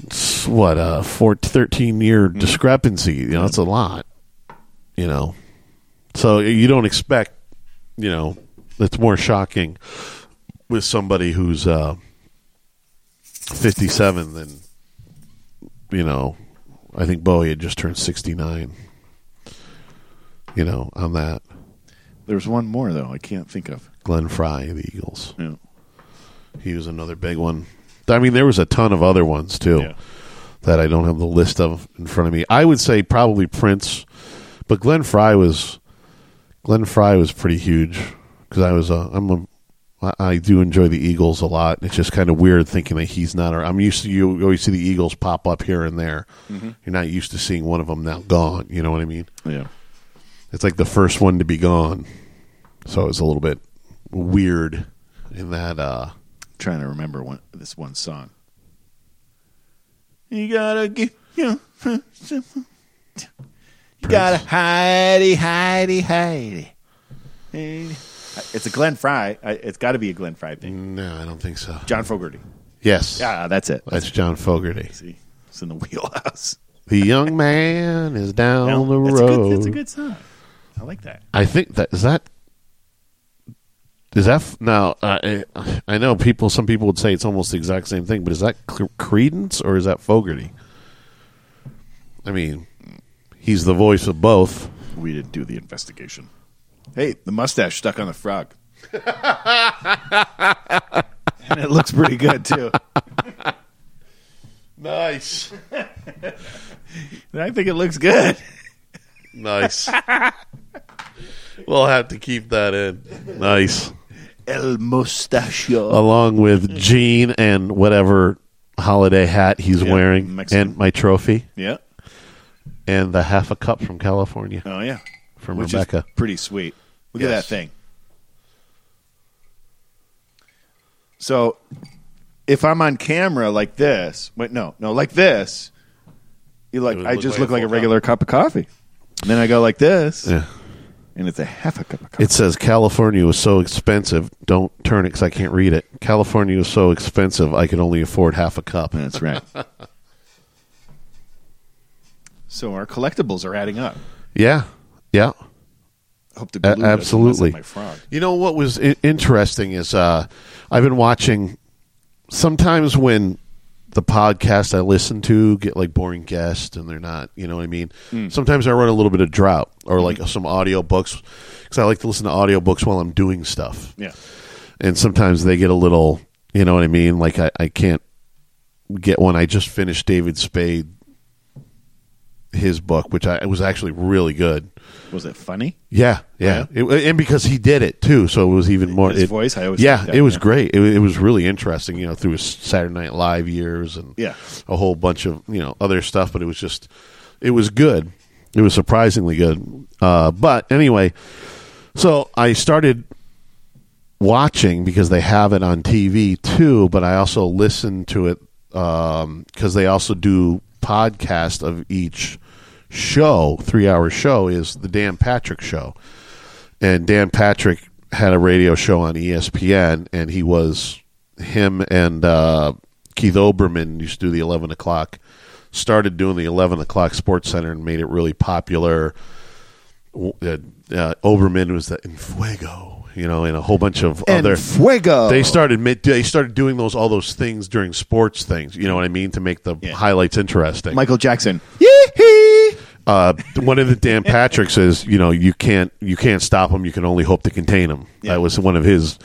[SPEAKER 1] it's what a four, 13 year discrepancy, you know, that's a lot. You know. So you don't expect, you know, it's more shocking with somebody who's uh 57 then you know i think bowie had just turned 69 you know on that
[SPEAKER 2] There's one more though. I can't think of.
[SPEAKER 1] glenn fry of the eagles
[SPEAKER 2] Yeah.
[SPEAKER 1] he was another big one i mean there was a ton of other ones too
[SPEAKER 2] Yeah.
[SPEAKER 1] that i don't have the list of in front of me i would say probably prince but glenn fry was glenn fry was pretty huge because i was a i'm a I- I do enjoy the Eagles a lot. It's just kind of weird thinking that he's not. ar- I'm used to you always see the Eagles pop up here and there. You're not used to seeing one of them now gone. You know what I mean?
[SPEAKER 2] Yeah.
[SPEAKER 1] It's like the first one to be gone, so it's a little bit weird in that. uh
[SPEAKER 2] trying to remember one this one song. You gotta get you know, you gotta hidey hidey hidey. It's a Glenn Fry. I- It's got to be a Glenn Fry thing.
[SPEAKER 1] No, I don't think so.
[SPEAKER 2] John Fogerty.
[SPEAKER 1] Yes.
[SPEAKER 2] Yeah, that's it.
[SPEAKER 1] That's John Fogerty.
[SPEAKER 2] See, it's in the wheelhouse.
[SPEAKER 1] The young man is down
[SPEAKER 2] No,
[SPEAKER 1] the
[SPEAKER 2] it's a good-
[SPEAKER 1] road.
[SPEAKER 2] it's a good song. I like that.
[SPEAKER 1] I think that is that. Is that f- now? Uh, I, I know people. Some people would say it's almost the exact same thing, but is that Cl- Credence or is that Fogerty? I mean, he's the voice of both.
[SPEAKER 2] We didn't do the investigation. Hey, the mustache stuck on the frog. and it looks pretty good too.
[SPEAKER 1] Nice,
[SPEAKER 2] I think it looks good.
[SPEAKER 1] nice. we'll have to keep that in. Nice,
[SPEAKER 2] El mustachio.
[SPEAKER 1] along with Gene and whatever holiday hat he's
[SPEAKER 2] Yeah,
[SPEAKER 1] wearing,
[SPEAKER 2] Mexican.
[SPEAKER 1] and my trophy,
[SPEAKER 2] Yeah.
[SPEAKER 1] and the half a cup from California
[SPEAKER 2] Oh yeah.
[SPEAKER 1] from
[SPEAKER 2] Which
[SPEAKER 1] Rebecca.
[SPEAKER 2] is pretty sweet. Look at that
[SPEAKER 1] Yes.
[SPEAKER 2] thing. So, if I'm on camera like this, wait, no, no, like this, you like
[SPEAKER 1] It would
[SPEAKER 2] I
[SPEAKER 1] look
[SPEAKER 2] just
[SPEAKER 1] like
[SPEAKER 2] look
[SPEAKER 1] a
[SPEAKER 2] like a
[SPEAKER 1] full
[SPEAKER 2] regular cup of coffee. And then I go like this,
[SPEAKER 1] yeah.
[SPEAKER 2] and it's a half a cup of coffee.
[SPEAKER 1] It says California was so expensive. Don't turn it because I can't read it. California was so expensive, I could only afford half a cup.
[SPEAKER 2] That's right. so our collectibles are adding up.
[SPEAKER 1] Yeah, yeah.
[SPEAKER 2] Hope the
[SPEAKER 1] A-
[SPEAKER 2] balloon doesn't mess up
[SPEAKER 1] absolutely.
[SPEAKER 2] My frog.
[SPEAKER 1] You know what was I- interesting is uh, I've been watching. Sometimes when the podcasts I listen to get like boring guests and they're not, you know what I mean.
[SPEAKER 2] Hmm.
[SPEAKER 1] Sometimes I run a little bit of drought or like some audio books because I like to listen to audiobooks while I'm doing stuff.
[SPEAKER 2] Yeah.
[SPEAKER 1] and sometimes they get a little you know what i mean like i, I can't get one i just finished david spade his book which i it was actually really good
[SPEAKER 2] Was it funny?
[SPEAKER 1] yeah yeah, It- and because he did it too so it was even more
[SPEAKER 2] His
[SPEAKER 1] it-
[SPEAKER 2] voice, I always
[SPEAKER 1] yeah
[SPEAKER 2] like that,
[SPEAKER 1] it was
[SPEAKER 2] yeah.
[SPEAKER 1] great it, wa- it was really interesting you know through his saturday night live years and
[SPEAKER 2] Yeah.
[SPEAKER 1] a whole bunch of you know other stuff but it was just it was good it was surprisingly good uh, but anyway so i started watching because they have it on TV too, but I also listen to it because they also do podcast of each show. Three hour show is the Dan Patrick show, and Dan Patrick had a radio show on E ESPN, and he was him and uh, Keith Oberman used to do the eleven o'clock. Started doing the eleven o'clock Sports Center and made it really popular uh, uh, Oberman was the En Fuego, you know, and a whole bunch of other.
[SPEAKER 2] fuego.
[SPEAKER 1] Oh, They started mid- they started doing those all those things during sports things. You know what I mean to make the
[SPEAKER 2] Yeah.
[SPEAKER 1] highlights interesting.
[SPEAKER 2] Michael Jackson.
[SPEAKER 1] uh, one of the Dan Patrick's is you know you can't you can't stop them. You can only hope to contain them.
[SPEAKER 2] Yeah. Oh,
[SPEAKER 1] That was one of his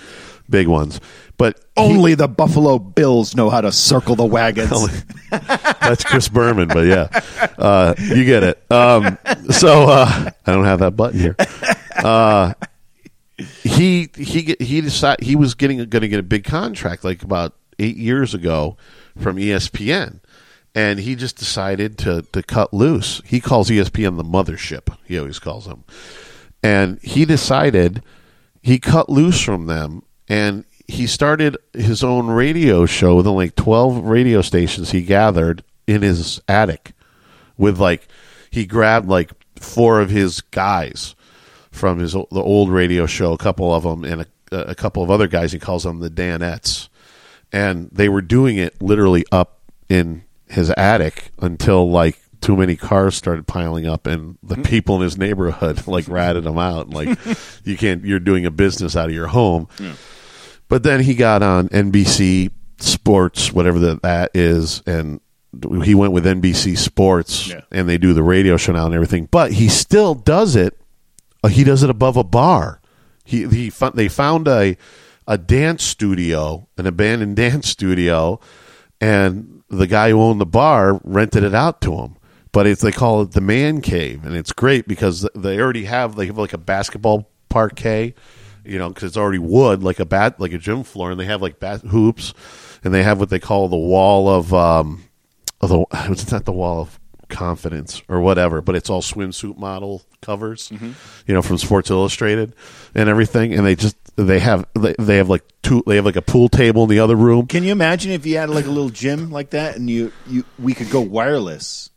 [SPEAKER 1] big ones. But he-
[SPEAKER 2] Only the Buffalo Bills know how to circle the wagons.
[SPEAKER 1] that's Chris Berman. But yeah, uh, you get it. Um, so uh, I don't have that button here. he he get- he decided he was getting going to get a big contract like about eight years ago from E ESPN, and he just decided to to cut loose. He calls E ESPN the mothership. He always calls them, and he decided he cut loose from them and. He started his own radio show with like 12 radio stations he gathered in his attic with like he grabbed like four of his guys from his o- the old radio show, a couple of them, and a, a couple of other guys. He calls them the Danettes, and they were doing it literally up in his attic until like too many cars started piling up, and the people in his neighborhood like ratted him out. Like you can't, you're doing a business out of your home. But then he got on NBC Sports, whatever that that is, and he went with NBC Sports,
[SPEAKER 2] Yeah.
[SPEAKER 1] and they do the radio show now and everything. But he still does it. uh, He does it above a bar. He he fo- they found a a dance studio, an abandoned dance studio, and the guy who owned the bar rented it out to him. But it's they call it the man cave, and it's great because they already have they have like a basketball parquet, you know, because it's already wood like a bat like a gym floor, and they have like bat hoops, and they have what they call the wall of um, of the it's not the wall of confidence or whatever, but it's all swimsuit model covers,
[SPEAKER 2] Mm-hmm.
[SPEAKER 1] you know, from Sports Illustrated and everything, and they just they have they, they have like two they have like a pool table in the other room.
[SPEAKER 2] Can you imagine if you had like a little gym like that, and you, you we could go wireless,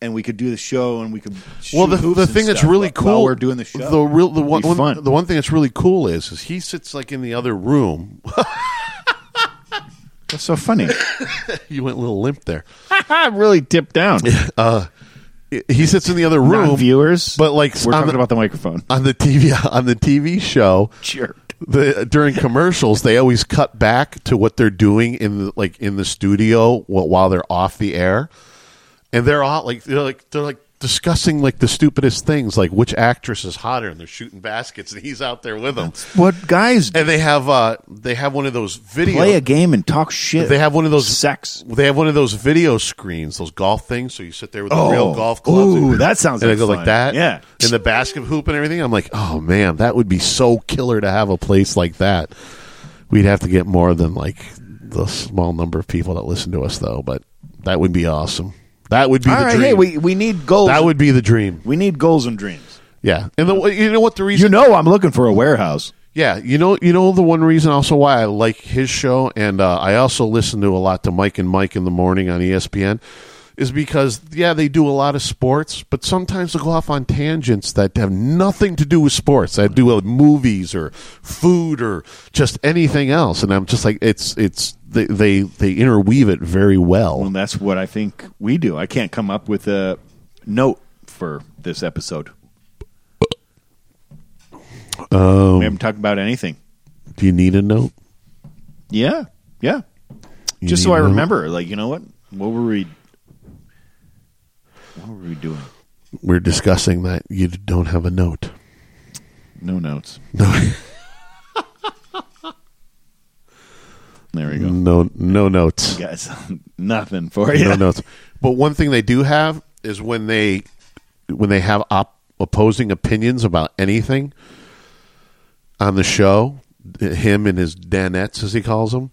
[SPEAKER 2] and we could do the show, and we could shoot
[SPEAKER 1] well the,
[SPEAKER 2] hoops
[SPEAKER 1] the
[SPEAKER 2] and
[SPEAKER 1] thing that's
[SPEAKER 2] stuff
[SPEAKER 1] really
[SPEAKER 2] wh-
[SPEAKER 1] cool
[SPEAKER 2] while we're doing the show.
[SPEAKER 1] the real the
[SPEAKER 2] It'd
[SPEAKER 1] one,
[SPEAKER 2] be fun.
[SPEAKER 1] the one thing that's really cool is is he sits like in the other room
[SPEAKER 2] That's so funny.
[SPEAKER 1] You went a little limp there.
[SPEAKER 2] I really dipped down.
[SPEAKER 1] He sits in the other room.
[SPEAKER 2] viewers,
[SPEAKER 1] but like
[SPEAKER 2] we're
[SPEAKER 1] on
[SPEAKER 2] talking
[SPEAKER 1] the,
[SPEAKER 2] about the microphone.
[SPEAKER 1] on the TV on the TV show.
[SPEAKER 2] Jerk.
[SPEAKER 1] the during commercials they always cut back to what they're doing in the, like in the studio wh- while they're off the air and they're all like they're like they're like discussing like the stupidest things like which actress is hotter and they're shooting baskets and he's out there with them
[SPEAKER 2] What guys
[SPEAKER 1] and they have uh they have one of those video
[SPEAKER 2] play a game and talk shit?
[SPEAKER 1] they have one of those
[SPEAKER 2] sex.
[SPEAKER 1] they have one of those video screens those golf things so you sit there with
[SPEAKER 2] Oh.
[SPEAKER 1] the real golf clubs
[SPEAKER 2] Ooh,
[SPEAKER 1] and,
[SPEAKER 2] that sounds
[SPEAKER 1] and
[SPEAKER 2] like
[SPEAKER 1] they go
[SPEAKER 2] fun.
[SPEAKER 1] like that
[SPEAKER 2] Yeah.
[SPEAKER 1] and the basket hoop and everything i'm like oh man that would be so killer to have a place like that we'd have to get more than like the small number of people that listen to us though but that would be awesome that would be
[SPEAKER 2] All
[SPEAKER 1] the
[SPEAKER 2] right,
[SPEAKER 1] dream
[SPEAKER 2] hey, we we need goals.
[SPEAKER 1] that would be the dream
[SPEAKER 2] we need goals and dreams.
[SPEAKER 1] yeah and the you know what the reason
[SPEAKER 2] You know, I'm looking for a warehouse.
[SPEAKER 1] yeah, you know, you know the one reason also why I like his show, and uh, I also listen to a lot to Mike and Mike in the morning on E ESPN, is because yeah, they do a lot of sports, but sometimes they go off on tangents that have nothing to do with sports. That do with movies or food or just anything else, and I'm just like, it's it's they they, they interweave it very well.
[SPEAKER 2] Well, that's what I think we do. I can't come up with a note for this episode. we haven't talked about anything.
[SPEAKER 1] Do you need a note?
[SPEAKER 2] Yeah, yeah.
[SPEAKER 1] You
[SPEAKER 2] Just
[SPEAKER 1] need
[SPEAKER 2] so I
[SPEAKER 1] a note?
[SPEAKER 2] remember, like you know what? What were we? What were we doing?
[SPEAKER 1] we're discussing that you don't have a note.
[SPEAKER 2] No notes.
[SPEAKER 1] No,
[SPEAKER 2] There we go.
[SPEAKER 1] no, no notes.
[SPEAKER 2] Guys, nothing for you.
[SPEAKER 1] no notes. But one thing they do have is when they when they have op- opposing opinions about anything on the show, him and his danettes as he calls them,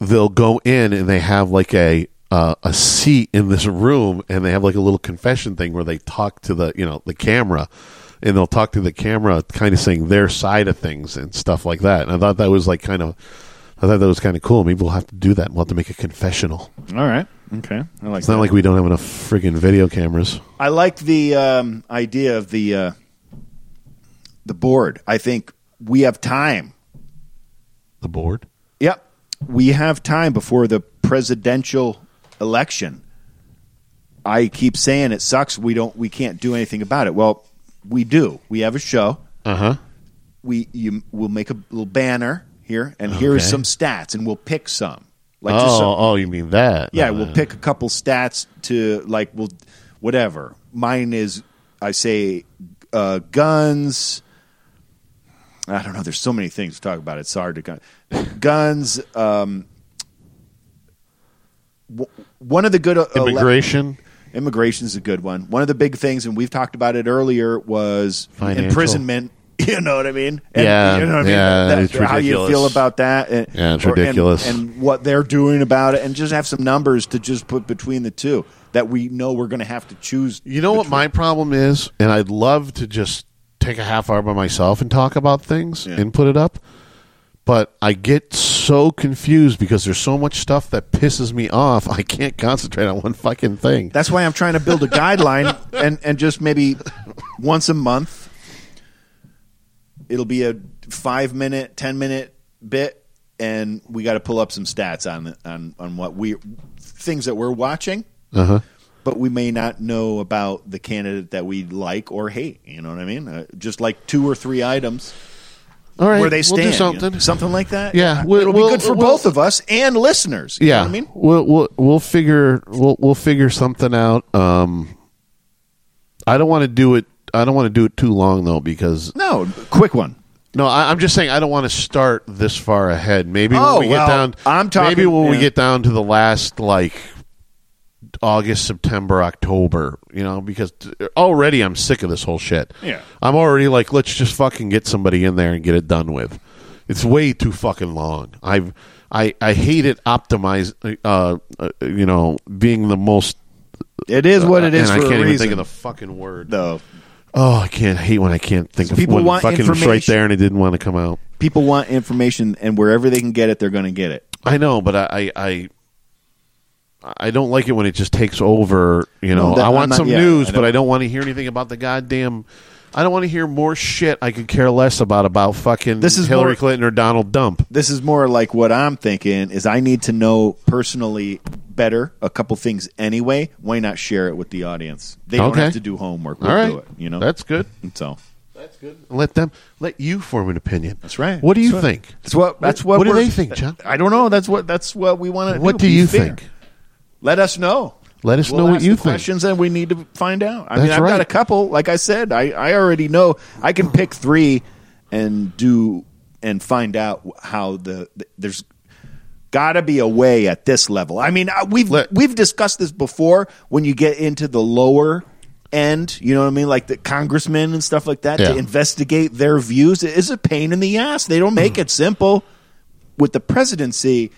[SPEAKER 1] they'll go in and they have like a uh, a seat in this room and they have like a little confession thing where they talk to the you know the camera and they'll talk to the camera kind of saying their side of things and stuff like that and i thought that was like kind of i thought that was kind of cool maybe we'll have to do that we'll have to make a confessional
[SPEAKER 2] All right. Okay. I like
[SPEAKER 1] it's not
[SPEAKER 2] that.
[SPEAKER 1] like we don't have enough friggin' video cameras.
[SPEAKER 2] I like the um, idea of the uh, the board. I think we have time.
[SPEAKER 1] The board.
[SPEAKER 2] Yep. We have time before the presidential election. I keep saying it sucks. We don't. We can't do anything about it. Well, we do. We have a show.
[SPEAKER 1] Uh huh.
[SPEAKER 2] We you we'll make a little banner here, and here are
[SPEAKER 1] Okay.
[SPEAKER 2] some stats, and we'll pick some. Like just
[SPEAKER 1] Oh,
[SPEAKER 2] some-
[SPEAKER 1] oh, you mean that?
[SPEAKER 2] yeah,
[SPEAKER 1] No,
[SPEAKER 2] we'll
[SPEAKER 1] no.
[SPEAKER 2] pick a couple stats to like we'll whatever. Mine is I say uh, guns. I don't know. There's so many things to talk about. It's hard to gun guns. Um, w- one of the good uh, ele-
[SPEAKER 1] immigration.
[SPEAKER 2] immigration is a good one. One of the big things, and we've talked about it earlier, was
[SPEAKER 1] Financial.
[SPEAKER 2] imprisonment. You know what I mean? And,
[SPEAKER 1] Yeah,
[SPEAKER 2] you know what
[SPEAKER 1] yeah,
[SPEAKER 2] I mean.
[SPEAKER 1] it's
[SPEAKER 2] how you
[SPEAKER 1] ridiculous.
[SPEAKER 2] feel about that? And,
[SPEAKER 1] Yeah, it's
[SPEAKER 2] and-
[SPEAKER 1] ridiculous.
[SPEAKER 2] And, what they're doing about it, and just have some numbers to just put between the two that we know we're going to have to choose.
[SPEAKER 1] You know what
[SPEAKER 2] between-
[SPEAKER 1] my problem is, and I'd love to just take a half hour by myself and talk about things and put it up, but I get so confused because there's so much stuff that pisses me off. I can't concentrate on one fucking thing.
[SPEAKER 2] That's why I'm trying to build a guideline, and and just maybe once a month, it'll be a five minute, ten minute bit, and we got to pull up some stats on on on what we things that we're watching,
[SPEAKER 1] Uh-huh.
[SPEAKER 2] but we may not know about the candidate that we like or hate. You know what I mean? Uh, just like two or three items
[SPEAKER 1] All right,
[SPEAKER 2] where they stand,
[SPEAKER 1] we'll do
[SPEAKER 2] you know,
[SPEAKER 1] something.
[SPEAKER 2] something like that.
[SPEAKER 1] Yeah,
[SPEAKER 2] Uh,
[SPEAKER 1] we'll-
[SPEAKER 2] it'll
[SPEAKER 1] we'll-
[SPEAKER 2] be good for
[SPEAKER 1] we'll-
[SPEAKER 2] both of us and listeners. You
[SPEAKER 1] yeah,
[SPEAKER 2] know what I mean.
[SPEAKER 1] we'll we'll we'll figure we'll we'll figure something out. Um, I don't want to do it. I don't want to do it too long though because
[SPEAKER 2] No, quick one.
[SPEAKER 1] No, I, I'm just saying I don't want to start this far ahead. Maybe
[SPEAKER 2] Oh,
[SPEAKER 1] when we
[SPEAKER 2] well,
[SPEAKER 1] get down,
[SPEAKER 2] I'm talking-
[SPEAKER 1] Maybe when we
[SPEAKER 2] yeah.
[SPEAKER 1] get down to the last like August, September, October, you know, because t- already I'm sick of this whole shit.
[SPEAKER 2] Yeah.
[SPEAKER 1] I'm already like, let's just fucking get somebody in there and get it done with. It's way too fucking long. I've I I hate it. Optimize, uh, uh, you know, being the most.
[SPEAKER 2] It is what it is.
[SPEAKER 1] Uh, and I
[SPEAKER 2] for a
[SPEAKER 1] can't even
[SPEAKER 2] reason,
[SPEAKER 1] think of the fucking word.
[SPEAKER 2] though.
[SPEAKER 1] Oh, I can't I hate when I can't think of
[SPEAKER 2] people
[SPEAKER 1] when
[SPEAKER 2] want
[SPEAKER 1] fucking it's right
[SPEAKER 2] information.
[SPEAKER 1] there and it didn't want to come out.
[SPEAKER 2] people want information and wherever they can get it they're going to get it
[SPEAKER 1] I know, but I, I, I, I don't like it when it just takes over. You know,
[SPEAKER 2] No, that-
[SPEAKER 1] I want
[SPEAKER 2] I'm not-
[SPEAKER 1] some
[SPEAKER 2] yeah,
[SPEAKER 1] news,
[SPEAKER 2] I
[SPEAKER 1] but
[SPEAKER 2] don't-
[SPEAKER 1] I don't want to hear anything about the goddamn I don't want to hear more shit I could care less about about fucking
[SPEAKER 2] This is
[SPEAKER 1] Hillary
[SPEAKER 2] more-
[SPEAKER 1] Clinton or Donald Dump.
[SPEAKER 2] this is more like what I'm thinking is I need to know personally better a couple things anyway. Why not share it with the audience? They don't
[SPEAKER 1] Okay.
[SPEAKER 2] have to do homework. We'll
[SPEAKER 1] All right.
[SPEAKER 2] do it. You know
[SPEAKER 1] That's good.
[SPEAKER 2] And so
[SPEAKER 1] Let them let you form an opinion.
[SPEAKER 2] that's right.
[SPEAKER 1] What do you
[SPEAKER 2] That's right.
[SPEAKER 1] think?
[SPEAKER 2] That's what. That's what.
[SPEAKER 1] What do
[SPEAKER 2] we're-
[SPEAKER 1] they think, John?
[SPEAKER 2] I don't know. That's what. That's what we want to.
[SPEAKER 1] What do you think?
[SPEAKER 2] Let us know.
[SPEAKER 1] Let us
[SPEAKER 2] We'll
[SPEAKER 1] know what
[SPEAKER 2] ask
[SPEAKER 1] you
[SPEAKER 2] the
[SPEAKER 1] think.
[SPEAKER 2] Questions that we need to find out. I mean,
[SPEAKER 1] That's
[SPEAKER 2] I've
[SPEAKER 1] right.
[SPEAKER 2] got a couple. Like I said, I, I already know I can pick three and do and find out how the, the there's got to be a way at this level. I mean, uh, we've
[SPEAKER 1] Let-
[SPEAKER 2] we've discussed this before. When you get into the lower end, you know what I mean, like the congressmen and stuff like that,
[SPEAKER 1] Yeah.
[SPEAKER 2] to investigate their views it is a pain in the ass. They don't
[SPEAKER 1] Mm.
[SPEAKER 2] make it simple with the presidency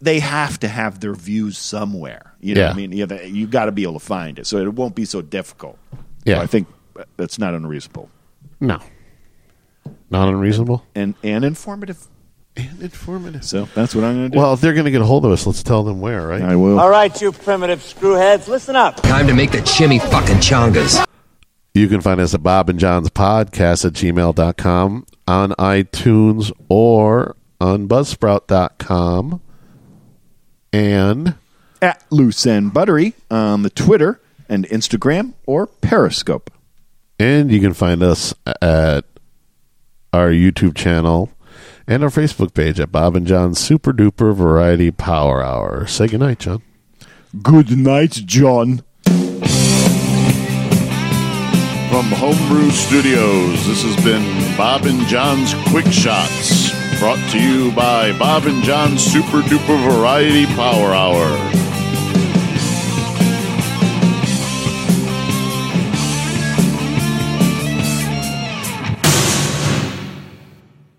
[SPEAKER 2] they have to have their views somewhere. You know
[SPEAKER 1] Yeah.
[SPEAKER 2] what I mean? You, have- you got to be able to find it. So it won't be so difficult.
[SPEAKER 1] Yeah.
[SPEAKER 2] So I think that's not unreasonable
[SPEAKER 1] No. Not unreasonable.
[SPEAKER 2] and, and informative.
[SPEAKER 1] And informative.
[SPEAKER 2] So that's what I'm going to do.
[SPEAKER 1] Well, if they're going to get a hold of us, let's tell them where, right?
[SPEAKER 2] I will.
[SPEAKER 11] All right, you primitive screwheads, listen up.
[SPEAKER 9] Time to make the chimmy fucking chongas.
[SPEAKER 1] You can find us at Bob and John's podcast at gmail.com, on iTunes, or on buzzsprout.com. And
[SPEAKER 2] At Loose and Buttery on the Twitter and Instagram or Periscope.
[SPEAKER 1] and you can find us at our YouTube channel and our Facebook page at Bob and John's Super Duper Variety Power Hour. Say goodnight, John.
[SPEAKER 2] Good night, John.
[SPEAKER 10] From Homebrew Studios, this has been Bob and John's Quick Shots, brought to you by Bob and John's Super Duper Variety Power Hour.